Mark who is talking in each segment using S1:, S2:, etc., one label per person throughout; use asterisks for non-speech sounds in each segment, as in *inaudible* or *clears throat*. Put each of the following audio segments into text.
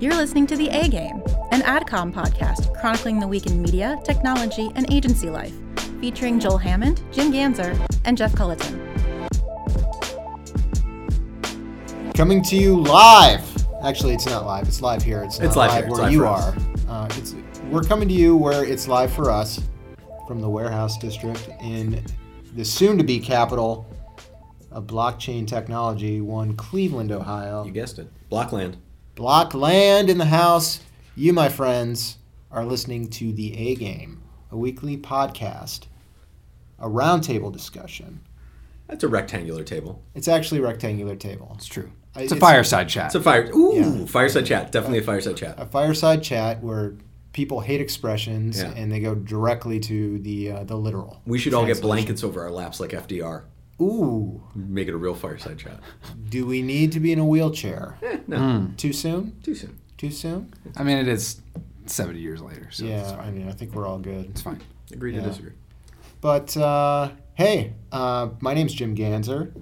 S1: You're listening to The A Game, an AdCom podcast chronicling the week in media, technology, and agency life, featuring Joel Hammond, Jim Ganzer, and Jeff Culleton.
S2: Coming to you live. Actually, it's not live. It's live here. It's, not
S3: It's live here. It's
S2: where
S3: live
S2: you
S3: for
S2: are.
S3: us.
S2: Uh, it's, we're coming to you where it's live for us from the warehouse district in the soon-to-be capital of blockchain technology, one Cleveland, Ohio.
S3: You guessed it. Blockland.
S2: Block land in the house. You, my friends, are listening to The A Game, a weekly podcast, a roundtable discussion.
S3: That's a rectangular table.
S2: It's actually rectangular table.
S4: It's true.
S2: I-
S4: It's a
S2: it's-
S4: fireside chat.
S3: It's a fire. Ooh,
S2: Yeah.
S3: fireside chat. Definitely a fireside chat.
S2: a fireside chat where people hate expressions
S3: Yeah.
S2: and they go directly to the uh, the literal.
S3: We should all get
S2: translation.
S3: blankets over our laps like FDR.
S2: Ooh,
S3: Make it a real fireside chat. Eh,
S2: do we need to be in a wheelchair?
S3: no,
S2: Too soon?
S3: too soon.
S2: Too soon?
S4: I mean, it is 70 years later, so it's
S2: yeah,
S4: fine.
S2: I mean, I think we're all good.
S4: It's fine.
S3: Agree to
S2: Yeah.
S3: disagree.
S2: But uh, hey, uh, my name's Jim Ganzer.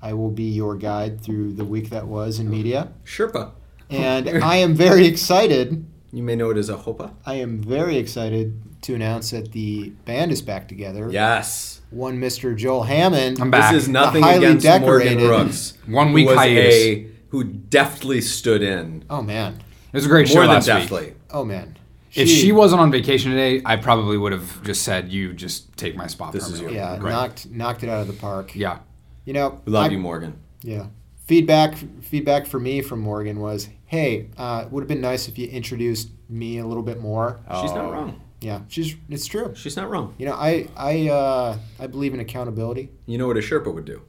S2: I will be your guide through the week that was in
S4: *laughs*
S2: media,
S3: Sherpa.
S2: and I am very excited.
S3: You may know it as a hopa.
S2: I am very excited to announce that the band is back together.
S3: Yes.
S2: One Mr. Joel Hammond.
S4: I'm back.
S3: This is nothing
S2: highly
S3: against
S2: decorated-
S3: Morgan Brooks.
S4: One
S3: who
S4: week
S3: was
S4: hiatus.
S3: a- who deftly stood in.
S2: Oh man.
S4: It was a great show
S3: More than
S4: last
S3: deftly.
S4: week.
S2: Oh man.
S4: If she wasn't on vacation today, I probably would have just said, "You just take my spot."
S3: This is
S4: permanently."
S3: your-
S2: yeah,
S4: Right.
S2: knocked knocked it out of the park.
S4: Yeah.
S2: You know,
S3: We love
S2: I-
S3: you, Morgan.
S2: Yeah. Feedback feedback for me from Morgan was, "Hey, uh, would have been nice if you introduced me a little bit more."
S3: She's not wrong.
S2: Yeah, she's it's true.
S3: She's not wrong.
S2: You know, I I uh, I believe in accountability.
S3: You know what a Sherpa would do?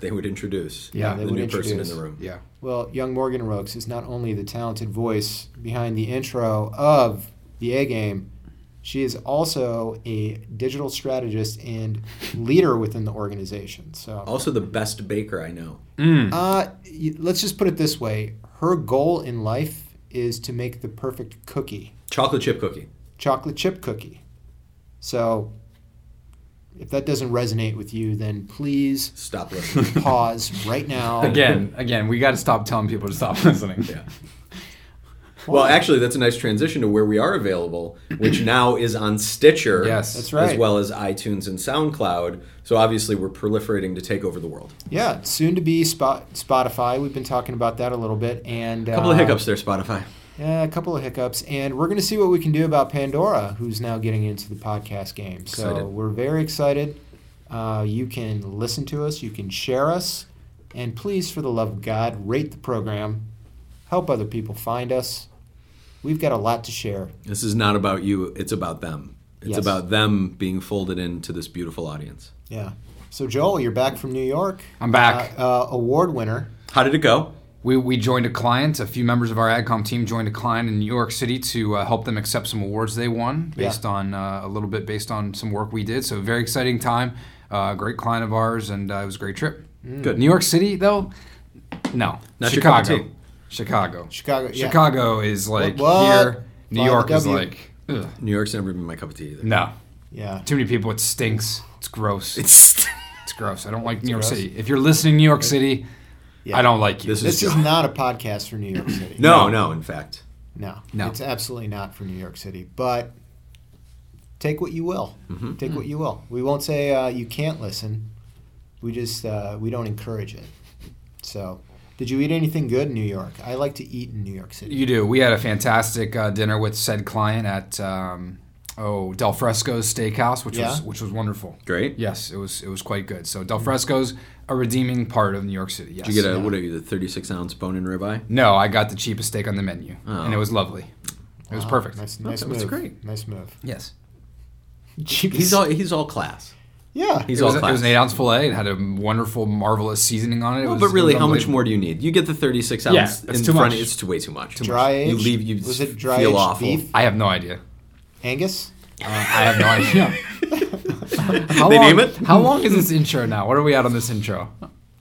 S3: They would introduce
S2: Yeah,
S3: the
S2: they
S3: new
S2: would
S3: person in
S2: introduce.
S3: the room.
S4: Yeah.
S2: Well, young Morgan Rooks is not only the talented voice behind the intro of the A game, she is also a digital strategist and leader within the organization. So
S3: Also, the best baker I know.
S4: Mm.
S2: Uh, y- let's just put it this way: her goal in life is to make the perfect cookie,
S3: Chocolate chip cookie.
S2: chocolate chip cookie. So, if that doesn't resonate with you, then
S3: *laughs*
S2: please *laughs*
S3: Stop listening.
S2: pause right now.
S4: Again, again, we got to stop telling people to stop *laughs* listening.
S3: Yeah. Well, actually, that's a nice transition to where we are available, which now is on Stitcher.
S4: Yes. That's
S2: right.
S3: As well as iTunes and SoundCloud. So obviously, we're proliferating to take over the world.
S2: Yeah, soon to be spot Spotify. We've been talking about that a little bit, and
S3: A couple of hiccups there, Spotify.
S2: Yeah, Eh, a couple of hiccups, and we're going to see what we can do about Pandora, who's now getting into the podcast game. So
S3: Excited.
S2: we're very excited. Uh, you can listen to us, you can share us, and please, for the love of God, rate the program. Help other people find us. We've got a lot to share.
S3: This is not about you. It's about them. It's
S2: Yes.
S3: about them being folded into this beautiful audience.
S2: Yeah. So Joel, you're back from New York.
S4: I'm back.
S2: Uh, uh, award winner.
S3: How did it go?
S4: We, we joined a client. A few members of our AdCom team joined a client in New York City to uh, help them accept some awards they won based
S2: Yeah.
S4: on uh, a little bit based on some work we did. So very exciting time. Uh, great client of ours, and uh, it was a great trip.
S2: Mm.
S3: Good.
S4: New York City though, no.
S3: Not your cup of
S4: Chicago.
S3: tea.
S4: Chicago.
S2: Chicago, yeah.
S4: Chicago is like
S2: What?
S4: here. New
S2: Fly the
S4: York is
S2: W.
S4: like ugh,
S3: New York's never been my cup of tea either.
S4: no.
S2: Yeah.
S4: Too many people. It stinks.
S2: *laughs*
S4: It's gross. It's,
S3: *laughs* It's
S4: gross. I don't like New York
S2: gross.
S4: City. If you're listening, to New York City,
S2: Yeah.
S4: I don't like you.
S3: This
S2: This is
S3: Joel.
S2: not a podcast for New York City.
S3: no, no. In fact,
S2: No,
S4: No.
S2: it's absolutely not for New York City. But take what you will.
S3: Mm-hmm.
S2: Take what you will. We won't say uh, you can't listen. We just uh, we don't encourage it. So, did you eat anything good in New York? I like to eat in New York City.
S4: You do. We had a fantastic uh, dinner with said client at um, oh Del Fresco's Steakhouse, which
S2: Yeah?
S4: was which was wonderful.
S3: great.
S4: Yes, it was it was quite good. So Del Fresco's a redeeming part of New York City. Yes.
S3: Did you get a what are you the 36 ounce bone and ribeye?
S4: no, I got the cheapest steak on the menu,
S3: Oh.
S4: and it was lovely. It was
S2: Wow,
S4: perfect.
S2: Ah, Nice, nice
S3: that's
S2: move.
S3: great.
S2: Nice move.
S4: Yes.
S3: *laughs* He's all he's all class.
S2: yeah.
S3: He's
S4: It was,
S3: all
S4: it
S3: class.
S4: was an eight ounce fillet. It had a wonderful, marvelous seasoning on it. it
S3: No,
S4: was,
S3: but really,
S4: it was
S3: how much
S4: unbelievable.
S3: more do you need? You get the 36 ounce
S4: Yeah, that's
S3: in
S4: too
S3: front.
S4: much.
S3: It's too, way too much.
S2: dry aged.
S3: You leave. You
S2: was
S3: s-
S2: it dry
S3: feel
S2: aged
S3: awful.
S2: beef?
S4: I have no idea.
S2: Angus.
S4: Uh, I have
S2: *laughs*
S4: no idea. How
S3: They
S4: long,
S3: name it?
S4: How long is this intro now? What are we at on this intro?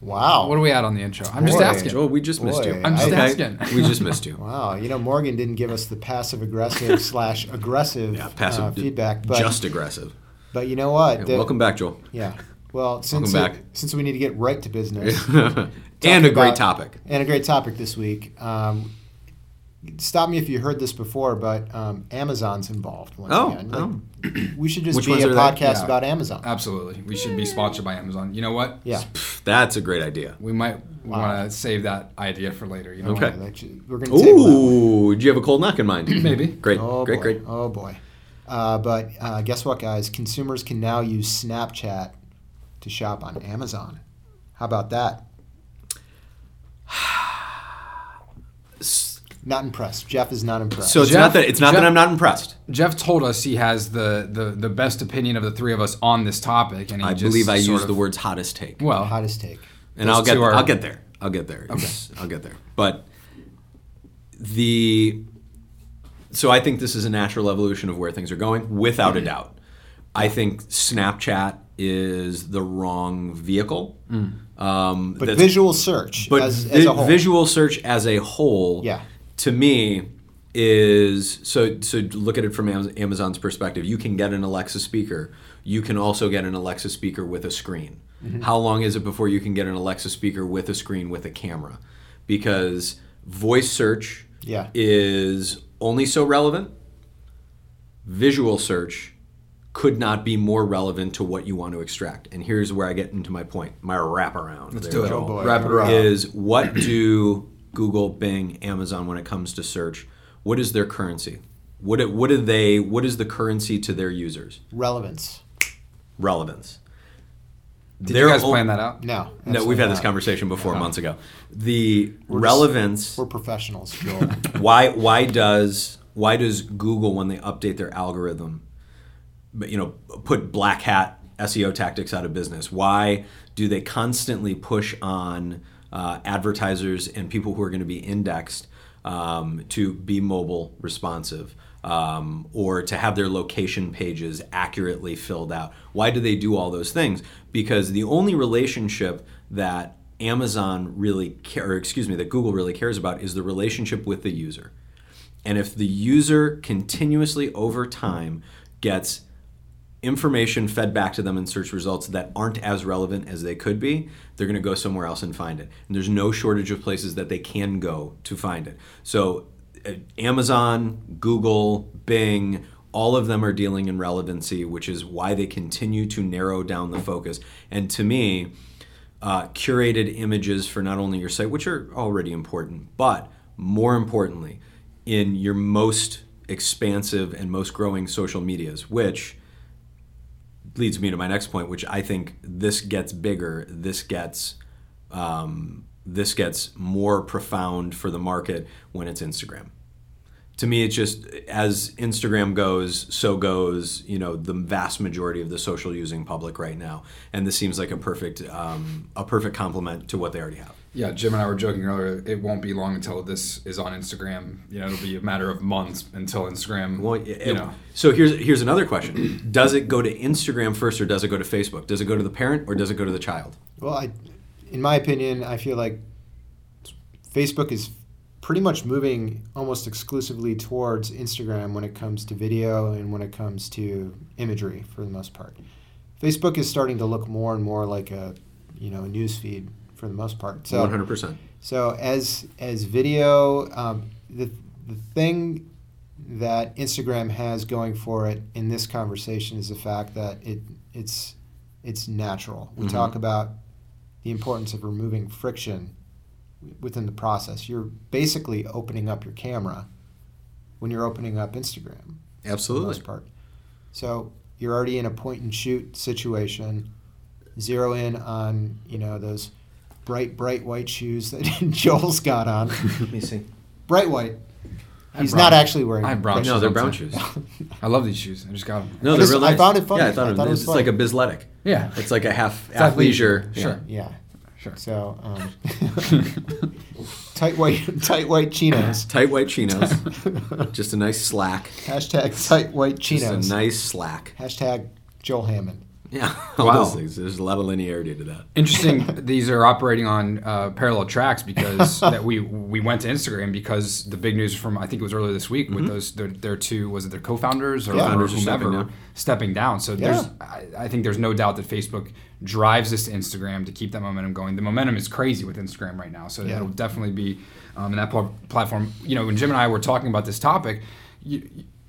S2: Wow.
S4: What are we at on the intro? I'm just
S2: Boy.
S4: asking.
S3: Joel, Oh, we just missed
S2: Boy,
S3: you.
S2: I'm just
S4: asking.
S3: we just
S2: *laughs*
S3: missed you.
S2: Wow, you know Morgan didn't give us the passive
S3: *laughs*
S2: aggressive slash aggressive
S3: Yeah, passive
S2: uh,
S3: d-
S2: feedback, but
S3: just aggressive.
S2: but you know what?
S3: Yeah,
S2: The-
S3: welcome
S2: *laughs*
S3: back, Joel.
S2: Yeah. Well, since
S3: Welcome
S2: it-
S3: back.
S2: since we need to get right to business,
S3: *laughs* and a great
S2: about-
S3: topic.
S2: and a great topic this week. Um, Stop me if you heard this before, but um, Amazon's involved once
S3: Oh,
S2: again.
S3: oh.
S2: We should just
S3: Which
S2: be
S3: ones
S2: a
S3: are that?
S2: podcast
S4: Yeah.
S2: about Amazon.
S4: Absolutely. We should be sponsored by Amazon. You know what?
S2: yeah.
S3: Pff, that's a great idea.
S4: *laughs* We might want to save that idea for later. You know
S3: Okay.
S4: what?
S2: That should- We're going to table that one.
S3: Ooh, do you have a cold knock in mind?
S4: *clears throat* Maybe.
S3: Great,
S2: Oh,
S3: great,
S2: boy.
S3: great.
S2: Oh, boy. Uh, but uh, guess what, guys? Consumers can now use Snapchat to shop on Amazon. How about that?
S3: S-
S2: Not impressed. Jeff is not impressed.
S3: So it's
S4: Jeff-
S3: not that it's not
S4: Jeff-
S3: that I'm not impressed.
S4: Jeff told us he has the, the, the best opinion of the three of us on this topic, and he
S3: I
S4: just
S3: believe I
S4: sort
S3: used
S4: of-
S3: the words hottest take.
S4: well.
S2: hottest take.
S3: and
S4: Those
S3: I'll get
S4: two are-
S3: I'll get there. I'll get there. It's- I'll get there. But the so I think this is a natural evolution of where things are going, without a doubt. I think Snapchat is the wrong vehicle.
S4: Mm.
S3: Um,
S2: But
S3: that's-
S2: visual search
S3: but
S2: as, as
S3: vi-
S2: a whole.
S3: visual search as a whole,
S2: Yeah.
S3: to me is so so look at it from Amaz- Amazon's perspective. You can get an Alexa speaker. You can also get an Alexa speaker with a screen.
S2: Mm-hmm.
S3: How long is it before you can get an Alexa speaker with a screen with a camera? Because voice search
S2: Yeah.
S3: is only so relevant. Visual search could not be more relevant to what you want to extract. And here's where I get into my point, my wraparound. Let's
S4: do it.
S2: Oh, boy.
S4: Wrap it around.
S3: is what do *clears throat* Google, Bing, Amazon when it comes to search? What is their currency? What do- what do they? What is the currency to their users?
S2: Relevance.
S3: Relevance.
S4: Did you guys plan that out?
S2: No.
S3: No, we've
S2: absolutely
S3: had this
S2: not.
S3: conversation before months ago. The
S2: just-
S3: relevance.
S2: We're professionals,
S3: *laughs*
S2: Joel.
S3: why why does why does Google when they update their algorithm, but you know, put black hat SEO tactics out of business? Why do they constantly push on uh, advertisers and people who are going to be indexed um, to be mobile responsive? Um, or to have their location pages accurately filled out. Why do they do all those things? Because the only relationship that Amazon really care, or excuse me, that Google really cares about is the relationship with the user. And if the user continuously over time gets information fed back to them in search results that aren't as relevant as they could be, they're going to go somewhere else and find it. And there's no shortage of places that they can go to find it. So uh, Amazon, Google, Bing, all of them are dealing in relevancy, which is why they continue to narrow down the focus. And to me, uh, curated images for not only your site, which are already important, but more importantly, in your most expansive and most growing social medias, which leads me to my next point, which I think this gets bigger, this gets um, this gets more profound for the market when it's Instagram. To me, it's just as Instagram goes, so goes you know the vast majority of the social using public right now, and this seems like a perfect um, a perfect complement to what they already have.
S4: Yeah, Jim and I were joking earlier. It won't be long until this is on Instagram. You know, it'll be a matter of months until Instagram.
S3: Well,
S4: you
S3: it-
S4: know,
S3: So here's here's another question: Does it go to Instagram first, or does it go to Facebook? Does it go to the parent, or does it go to the child?
S2: well, I, in my opinion, I feel like Facebook is pretty much moving almost exclusively towards Instagram when it comes to video and when it comes to imagery for the most part. Facebook is starting to look more and more like a, you know, a news feed for the most part. So
S3: One hundred percent.
S2: So as as video, um, the the thing that Instagram has going for it in this conversation is the fact that it it's it's natural. We talk about the importance of removing friction w- within the process. You're basically opening up your camera when you're opening up Instagram for the
S3: Absolutely.
S2: most part. So you're already in a point and shoot situation. Zero in on you know those bright bright white shoes that *laughs* Joel's got on.
S3: *laughs* Let me see.
S2: bright white.
S4: I
S2: He's
S4: brown-
S2: not actually wearing.
S4: I have brown
S2: bright-
S3: No, they're brown
S4: Sometimes.
S3: shoes.
S4: I love these shoes. I just got them.
S3: No,
S2: I
S3: they're
S2: just-
S3: real
S2: I
S3: nice.
S2: found it funny.
S3: Yeah, I thought,
S2: I
S3: it,
S2: thought it was
S3: it's like a
S2: funny.
S3: bizletic.
S4: Yeah.
S3: It's like a half
S4: athleisure.
S3: athleisure.
S4: Sure.
S2: *laughs* Yeah.
S3: *laughs*
S4: Sure. *laughs*
S2: So um, *laughs* tight white tight white
S3: *laughs*
S2: chinos.
S3: Tight white chinos. just a nice slack.
S2: Hashtag tight white
S3: Just a
S2: chinos.
S3: nice slack.
S2: Hashtag Joel Hammond.
S3: Yeah, all
S4: Wow.
S3: those things. There's a lot of linearity to that.
S4: Interesting. these are operating on uh, parallel tracks because that we we went to Instagram because the big news from I think it was earlier this week with those their, their two was it their co-founders or, or
S3: Co-founders are stepping
S4: whomever stepping
S3: down.
S4: down. So there's I, I think there's no doubt that Facebook drives this to Instagram to keep that momentum going. The momentum is crazy with Instagram right now, so it'll definitely be um, in that pl- platform. You know, when Jim and I were talking about this topic, you,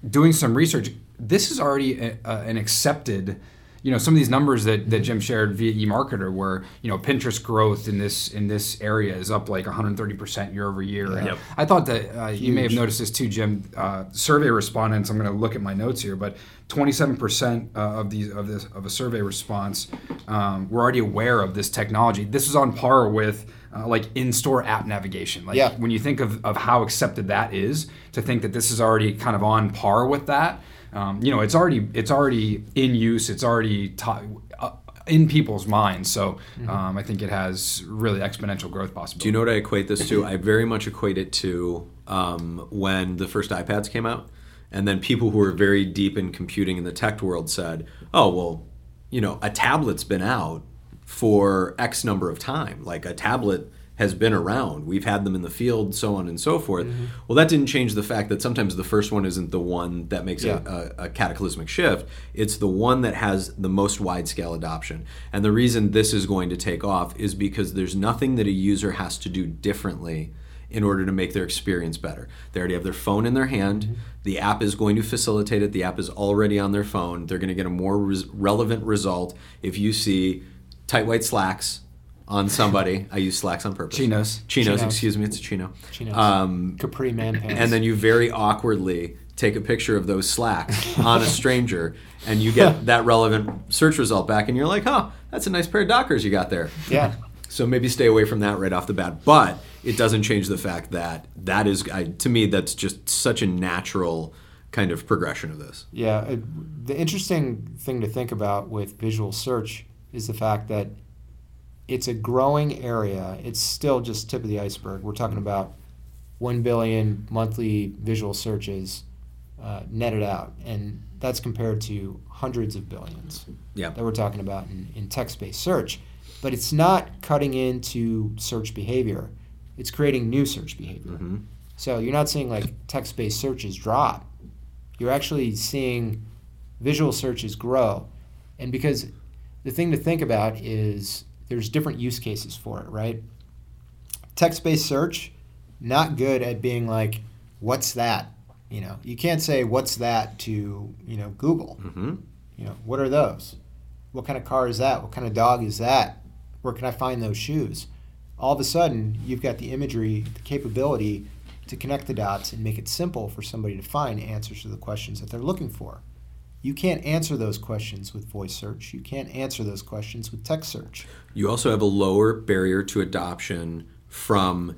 S4: doing some research, this is already a, a, an accepted you know some of these numbers that, that Jim shared via eMarketer where you know Pinterest growth in this in this area is up like 130 percent year over year. And
S3: Yep.
S4: I thought that uh, you may have noticed this too, Jim. Uh, survey respondents. I'm going to look at my notes here, but 27 percent uh, of these of this of a survey response um, were already aware of this technology. This is on par with. Uh, like in-store app navigation like
S2: Yeah.
S4: when you think of, of how accepted that is to think that this is already kind of on par with that um, you know it's already it's already in use it's already to- uh, in people's minds so
S2: Mm-hmm.
S4: um, i think it has really exponential growth possibility
S3: Do you know what I equate this to? I very much equate it to um, when the first iPads came out, and then people who were very deep in computing in the tech world said, "Oh well, you know, a tablet's been out for X number of time. Like a tablet has been around. We've had them in the field, so on and so forth." Well, that didn't change the fact that sometimes the first one isn't the one that makes
S2: Yeah.
S3: a, a, a cataclysmic shift. It's the one that has the most wide scale adoption. And the reason this is going to take off is because there's nothing that a user has to do differently in order to make their experience better. They already have their phone in their hand. The app is going to facilitate it. The app is already on their phone. They're going to get a more res- relevant result if you see tight white slacks on somebody. I use slacks on purpose.
S4: Chinos.
S3: Chinos.
S2: Chinos.
S3: Excuse me. It's a chino.
S2: Chinos.
S3: Um,
S2: Capri man pants.
S3: and then you very awkwardly take a picture of those slacks on a stranger and you get that relevant search result back and you're like huh that's a nice pair of dockers you got there
S2: yeah,
S3: so maybe stay away from that right off the bat but it doesn't change the fact that that is I, to me that's just such a natural kind of progression of this
S2: yeah. It- the interesting thing to think about with visual search is the fact that it's a growing area. It's still just tip of the iceberg. We're talking about one billion monthly visual searches uh, netted out, and that's compared to hundreds of billions.
S3: yeah
S2: that we're talking about in, in text based search. But it's not cutting into search behavior, it's creating new search behavior.
S3: Mhm.
S2: So you're not seeing like text based searches drop, you're actually seeing visual searches grow. And because the thing to think about is there's different use cases for it, right? Text based search, not good at being like, what's that? You know, you can't say what's that to, you know, Google.
S3: hmm
S2: You know, what are those? What kind of car is that? What kind of dog is that? Where can I find those shoes? All of a sudden, you've got the imagery, the capability to connect the dots and make it simple for somebody to find answers to the questions that they're looking for. You can't answer those questions with voice search. You can't answer those questions with text search.
S3: you also have a lower barrier to adoption from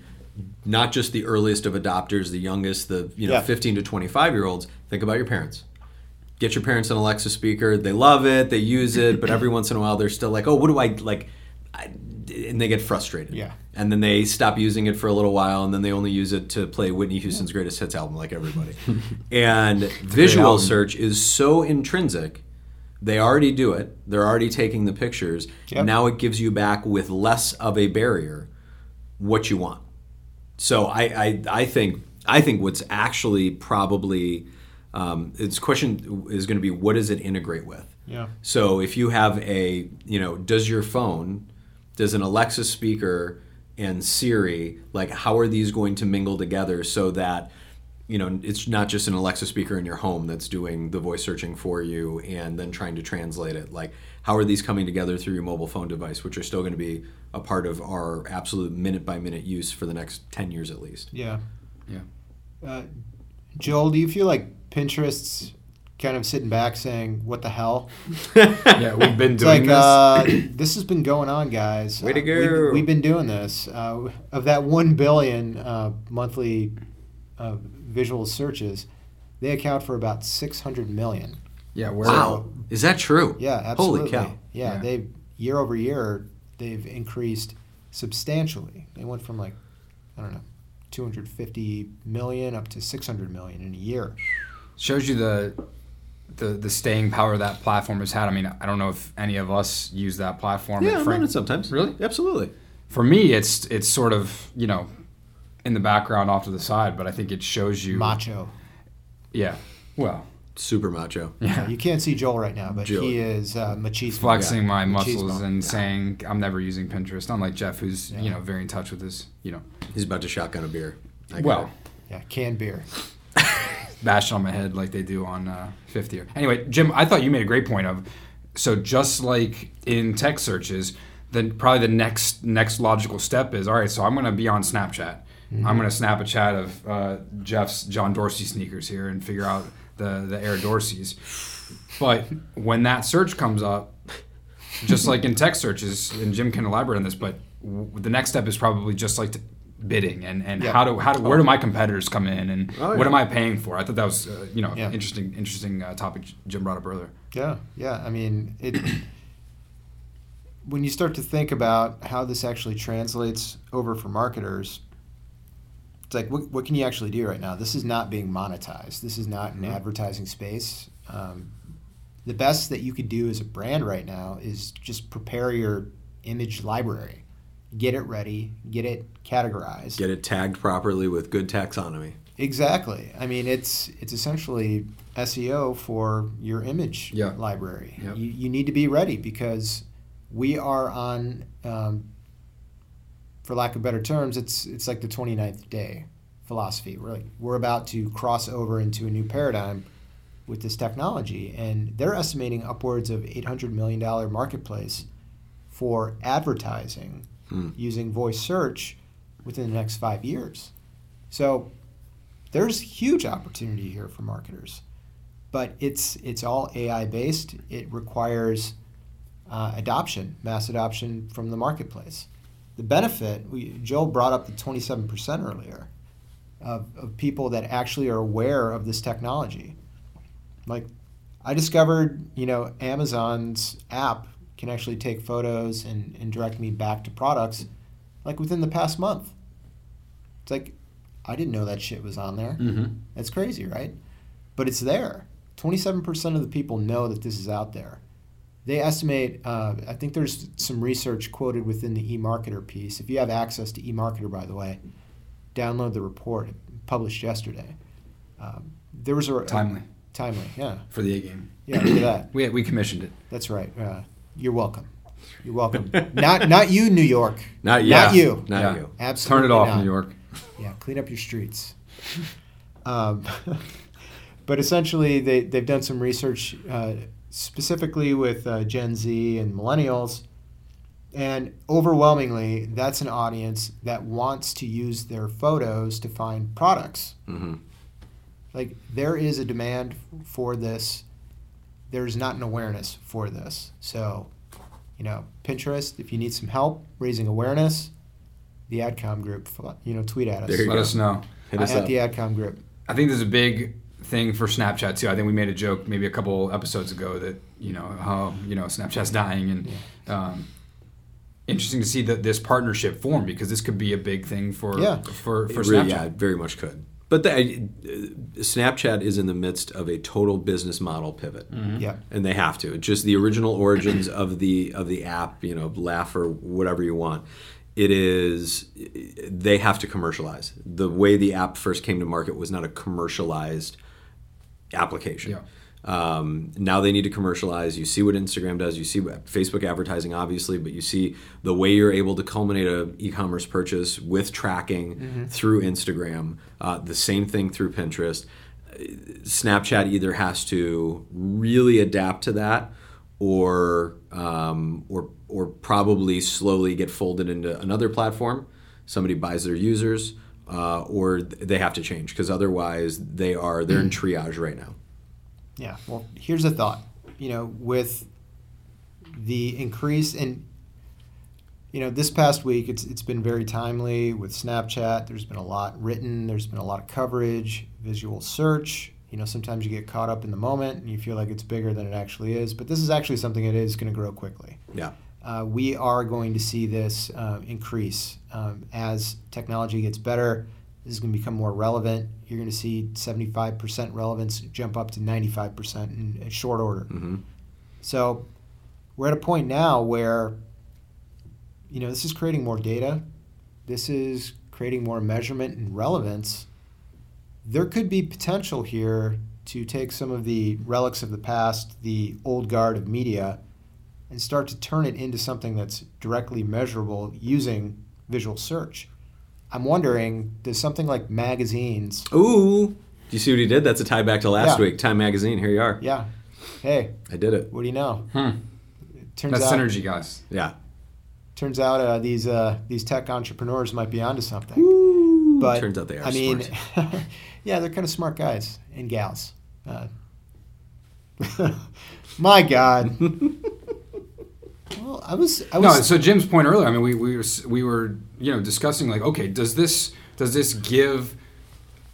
S3: not just the earliest of adopters, the youngest, the you know
S2: Yeah.
S3: 15 to 25 year olds. Think about your parents. Get your parents an Alexa speaker. They love it. They use it, but every once in a while they're still like, "Oh, what do I like?" I, and they get frustrated.
S2: Yeah.
S3: And then they stop using it for a little while, and then they only use it to play Whitney Houston's greatest hits album,
S2: *laughs*
S3: like everybody. and visual
S4: album.
S3: search is so intrinsic. They already do it. They're already taking the pictures.
S2: Yep.
S3: Now it gives you back with less of a barrier what you want. So I, I, I think I think what's actually probably um, its question is going to be what does it integrate with?
S2: Yeah.
S3: So if you have a you know does your phone does an Alexa speaker and Siri like how are these going to mingle together so that you know it's not just an Alexa speaker in your home that's doing the voice searching for you and then trying to translate it like how are these coming together through your mobile phone device which are still going to be a part of our absolute minute by minute use for the next 10 years at least.
S2: Yeah.
S4: Yeah.
S2: Uh, Joel, do you feel like Pinterest's kind of sitting back saying, what the hell?
S4: *laughs* yeah we've been
S2: It's
S4: doing
S2: like
S4: this
S2: uh,
S4: *clears throat*
S2: this has been going on, guys.
S3: Way to
S2: Uh, we've-
S3: go.
S2: We've, been doing this. Uh, of that one billion uh, monthly uh, visual searches, they account for about six hundred million.
S4: yeah we're
S3: Wow, is that true?
S2: Yeah, absolutely.
S3: Holy cow.
S2: Yeah,
S4: Yeah.
S2: they year over year they've increased substantially. They went from like I don't know, two hundred fifty million up to six hundred million in a year.
S4: shows you the the the staying power that platform has had. I mean, I don't know if any of us use that platform.
S3: Yeah,
S4: And
S3: I'm
S4: frank-
S3: on it sometimes.
S4: Really?
S3: Absolutely.
S4: for me, it's it's sort of you know in the background off to the side, but I think it shows you. *laughs*
S2: Macho.
S4: Yeah. Well, *laughs*
S3: Super macho.
S2: Yeah, you can't see Joel right now, but
S3: Joel.
S2: he is uh, machismo.
S4: flexing my muscles
S2: Machismo.
S4: and saying I'm never using Pinterest. Unlike Jeff, who's you know very in touch with his you know
S3: He's about to shotgun a beer. I got
S4: well
S2: Yeah, canned beer.
S4: bashed on my head like they do on uh, fifth year. Anyway, Jim, I thought you made a great point of so just like in tech searches, then probably the next next logical step is all right. So I'm going to be on Snapchat. I'm going to snap a chat of uh, Jeff's John Dorsey sneakers here and figure out the the Air Dorseys. But when that search comes up, just like in tech searches, and Jim can elaborate on this, but w- the next step is probably just like t- bidding and, and
S2: Yeah.
S4: how do how do where do my competitors come in and
S3: Oh,
S4: what
S3: yeah.
S4: am I paying for? I thought that was uh, you know
S2: Yeah.
S4: interesting interesting uh, topic Jim brought up earlier.
S2: Yeah, yeah. I mean, it. when you start to think about how this actually translates over for marketers, it's like, what, what can you actually do right now? This is not being monetized. This is not an advertising space. Um, the best that you could do as a brand right now is just prepare your image library, get it ready, get it categorized.
S3: Get it tagged properly with good taxonomy.
S2: Exactly. I mean, it's it's essentially SEO for your image
S4: Yeah.
S2: library.
S4: Yep.
S2: You, you need to be ready because we are on, um, for lack of better terms, it's it's like the 29th day philosophy. We're like, we're about to cross over into a new paradigm with this technology, and they're estimating upwards of 800 million dollar marketplace for advertising
S3: Hmm.
S2: using voice search within the next five years. So there's huge opportunity here for marketers, but it's it's all AI based. It requires uh, adoption, mass adoption from the marketplace. The benefit, we, Joel brought up the 27% earlier of, of people that actually are aware of this technology. Like, I discovered, you know, Amazon's app can actually take photos and, and direct me back to products like within the past month. It's like, I didn't know that shit was on there.
S4: Mm-hmm.
S2: That's crazy, right? But it's there. 27% of the people know that this is out there. They estimate, uh, I think there's some research quoted within the eMarketer piece. If you have access to eMarketer, by the way, download the report published yesterday. Um, there was a
S4: Timely
S2: timely, yeah,
S4: for the A *clears throat* game.
S2: yeah, look at that.
S4: We we commissioned it.
S2: That's right. Uh, you're welcome. You're
S4: *laughs*
S2: welcome. not, not you, New York.
S3: Not you.
S2: Not you.
S3: Not
S4: Yeah.
S3: you.
S2: Absolutely.
S4: Turn it off,
S2: not.
S4: New York.
S2: Yeah, clean up your streets. *laughs* Um, *laughs* but essentially, they, they've done some research uh, specifically with uh, Gen Z and millennials. And overwhelmingly, that's an audience that wants to use their photos to find products.
S3: hmm
S2: Like, there is a demand for this, there's not an awareness for this. So, you know, Pinterest, if you need some help raising awareness, the AdCom group, you know, tweet at us.
S3: There you
S4: Let
S3: go.
S4: us know.
S3: Hit us
S2: at
S3: up.
S2: the AdCom group.
S4: I think there's a big thing for Snapchat too. I think we made a joke maybe a couple episodes ago that you know how you know Snapchat's *laughs* dying and um, interesting to see that this partnership form because this could be a big thing for
S2: Yeah.
S4: for for
S3: It really-
S4: Snapchat.
S3: yeah, it very much could. But the, uh, Snapchat is in the midst of a total business model pivot,
S4: Mm-hmm.
S2: Yeah.
S3: and they have to. It's just the original origins of the of the app, you know, laugh or whatever you want. It is they have to commercialize. The way the app first came to market was not a commercialized application.
S4: Yeah.
S3: Um, now they need to commercialize. You see what Instagram does. You see what Facebook advertising, obviously, but you see the way you're able to culminate a e-commerce purchase with tracking through Instagram. Uh, the same thing through Pinterest. Uh, Snapchat either has to really adapt to that, or um, or or probably slowly get folded into another platform. Somebody buys their users, uh, or th- they have to change because otherwise they are they're in
S2: Mm.
S3: triage right now.
S2: Yeah. Well, here's a thought. You know, with the increase in, you know, this past week, it's it's been very timely with Snapchat. There's been a lot written. There's been a lot of coverage, visual search. You know, sometimes you get caught up in the moment and you feel like it's bigger than it actually is. But this is actually something that is going to grow quickly.
S3: Yeah.
S2: uh, we are going to see this um, increase um, as technology gets better, This is going to become more relevant. You're going to see 75% relevance jump up to 95% in a short order.
S3: Mm-hmm.
S2: So we're at a point now where, you know, this is creating more data. This is creating more measurement and relevance. There could be potential here to take some of the relics of the past, the old guard of media, and start to turn it into something that's directly measurable using visual search. I'm wondering, does something like magazines?
S3: Ooh, do you see what he did? That's a tie back to last
S2: Yeah.
S3: week. Time Magazine. Here you are.
S2: Yeah. Hey,
S3: I did it.
S2: what do you know?
S4: Hmm.
S2: It turns out,
S4: That's synergy, guys.
S3: Yeah.
S2: Turns out uh, these uh, these tech entrepreneurs might be onto something. But
S3: Turns out they are
S2: I mean, *laughs* yeah, they're kind of smart guys and gals. Uh, *laughs* my
S3: *laughs*
S2: God. well, I was. I
S4: No,
S2: was.
S4: so Jim's point earlier. I mean, we, we were s- we were you know discussing like, okay, does this does this give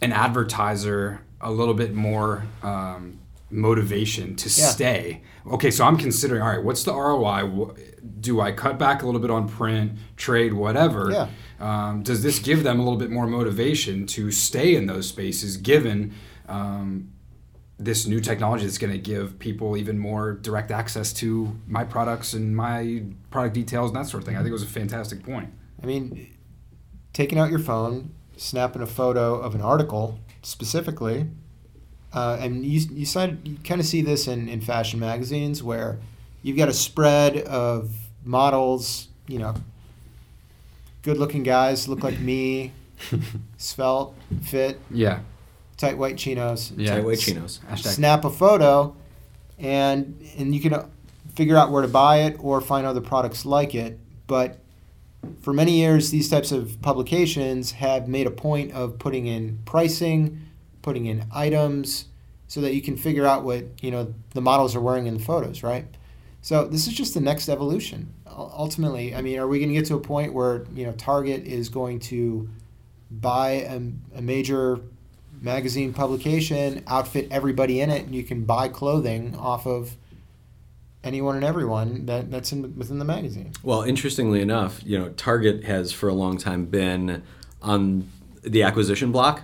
S4: an advertiser a little bit more um, motivation to
S2: Yeah.
S4: stay? Okay, so I'm considering. All right, what's the ROI? Wh- Do I cut back a little bit on print, trade, whatever?
S2: Yeah.
S4: Um, does this give them a little bit more motivation to stay in those spaces, given? Um, this new technology that's going to give people even more direct access to my products and my product details and that sort of thing. I think it was a fantastic point.
S2: I mean, taking out your phone, snapping a photo of an article specifically, uh, and you you, side, you kind of see this in, in fashion magazines where you've got a spread of models, you know, good-looking guys look like me, svelte, fit,
S4: Yeah.
S2: tight white chinos.
S4: Yeah.
S3: Tight white chinos.
S4: Hashtag.
S2: Snap a photo, and and you can uh, figure out where to buy it or find other products like it. But for many years, these types of publications have made a point of putting in pricing, putting in items, so that you can figure out what you know the models are wearing in the photos, right? So this is just the next evolution. U- Ultimately, I mean, are we going to get to a point where you know Target is going to buy a, a major magazine publication, outfit everybody in it, and you can buy clothing off of anyone and everyone that, that's in, within the magazine?
S3: Well, interestingly enough, you know, Target has for a long time been on the acquisition block.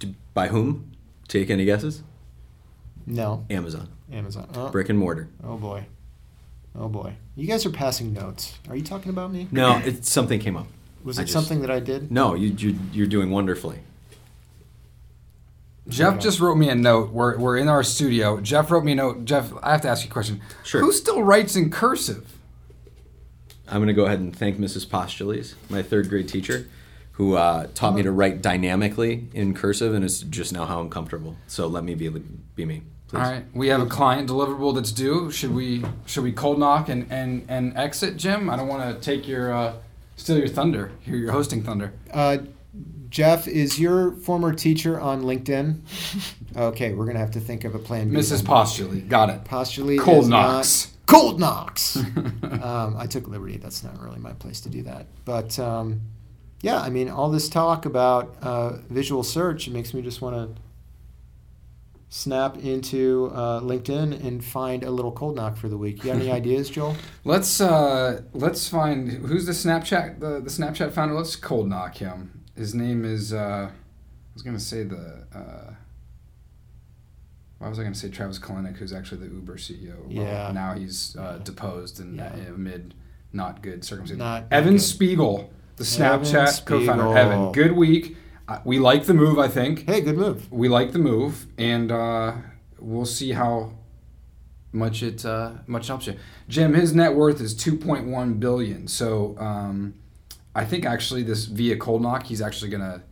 S3: D- By whom? Take any guesses?
S2: No,
S3: Amazon,
S2: Amazon. Oh,
S3: brick and mortar.
S2: oh boy, oh boy. You guys are passing notes. Are you talking about me?
S3: No, it's something came up.
S2: Was
S3: I
S2: it
S3: just-
S2: something that I did?
S3: No, you, you you're doing wonderfully.
S4: Jeff
S2: Okay.
S4: just wrote me a note. We're, we're in our studio. Jeff wrote me a note. Jeff, I have to ask you a question.
S3: Sure.
S4: Who still writes in cursive?
S3: I'm going to go ahead and thank Mrs. Postules, my third grade teacher, who uh, taught me to write dynamically in cursive, and it's just now how I'm comfortable. So let me be be me, please.
S4: All right. We have a client deliverable that's due. Should we should we cold knock and, and, and exit, Jim? I don't want to take your uh, steal your thunder. Hear your hosting thunder.
S2: Uh, Jeff, is your former teacher on
S3: *laughs*
S2: LinkedIn? okay, we're gonna have to think of a plan. B
S4: Mrs.
S2: then.
S4: Postulate. Got it.
S2: Postulate
S4: Cold
S2: is
S4: knocks.
S2: Not, cold
S4: *laughs*
S2: knocks. um, I took liberty. That's not really my place to do that. But um, yeah, I mean, all this talk about uh, visual search it makes me just want to snap into uh, LinkedIn and find a little cold knock for the week. You got
S4: *laughs*
S2: any ideas, Joel?
S4: Let's uh let's find who's the Snapchat the, the Snapchat founder. Let's cold knock him. His name is uh I was gonna say the uh why was I gonna say Travis Kalanick, who's actually the Uber CEO? Well,
S2: Yeah.
S4: now he's uh, deposed and
S2: Yeah.
S4: uh, amid not good circumstances.
S2: Not- not
S4: Evan
S2: good.
S4: Spiegel, the
S2: Evan
S4: Snapchat co-founder.
S2: Spiegel.
S4: Evan, good week. Uh, we like the move. I think
S2: Hey, good move.
S4: we like the move, and uh, we'll see how much it uh, much helps you. Jim, his net worth is two point one billion. So um, I think actually this via cold knock, he's actually gonna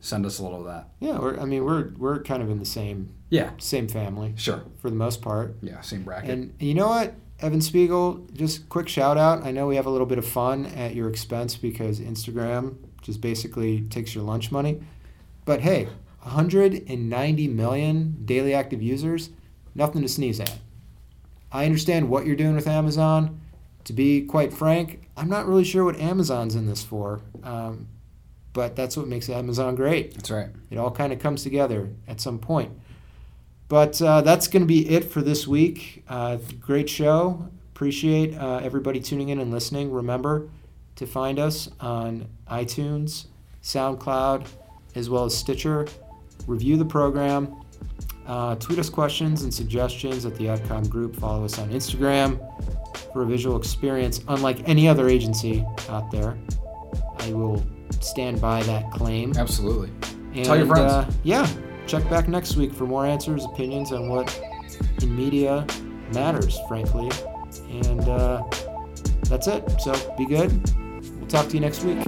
S4: send us a little of that.
S2: Yeah, we're, I mean, we're we're kind of in the same
S4: Yeah,
S2: same family
S4: sure.
S2: for the most part.
S4: Yeah, same bracket.
S2: And you know what, Evan Spiegel, just quick shout out. I know we have a little bit of fun at your expense because Instagram just basically takes your lunch money. But hey, 190 million daily active users, nothing to sneeze at. I understand what you're doing with Amazon. To be quite frank, I'm not really sure what Amazon's in this for, um, but that's what makes Amazon great.
S4: That's right.
S2: It all kind of comes together at some point. But uh, that's going to be it for this week. Uh, great show. Appreciate uh, everybody tuning in and listening. Remember to find us on iTunes, SoundCloud, as well as Stitcher. Review the program. Uh, tweet us questions and suggestions at the AdCom group. Follow us on Instagram for a visual experience unlike any other agency out there. I will stand by that claim.
S4: Absolutely.
S2: And,
S4: Tell your friends.
S2: uh, yeah, check back next week for more answers, opinions on what in media matters, frankly. And uh, that's it. So be good. We'll talk to you next week.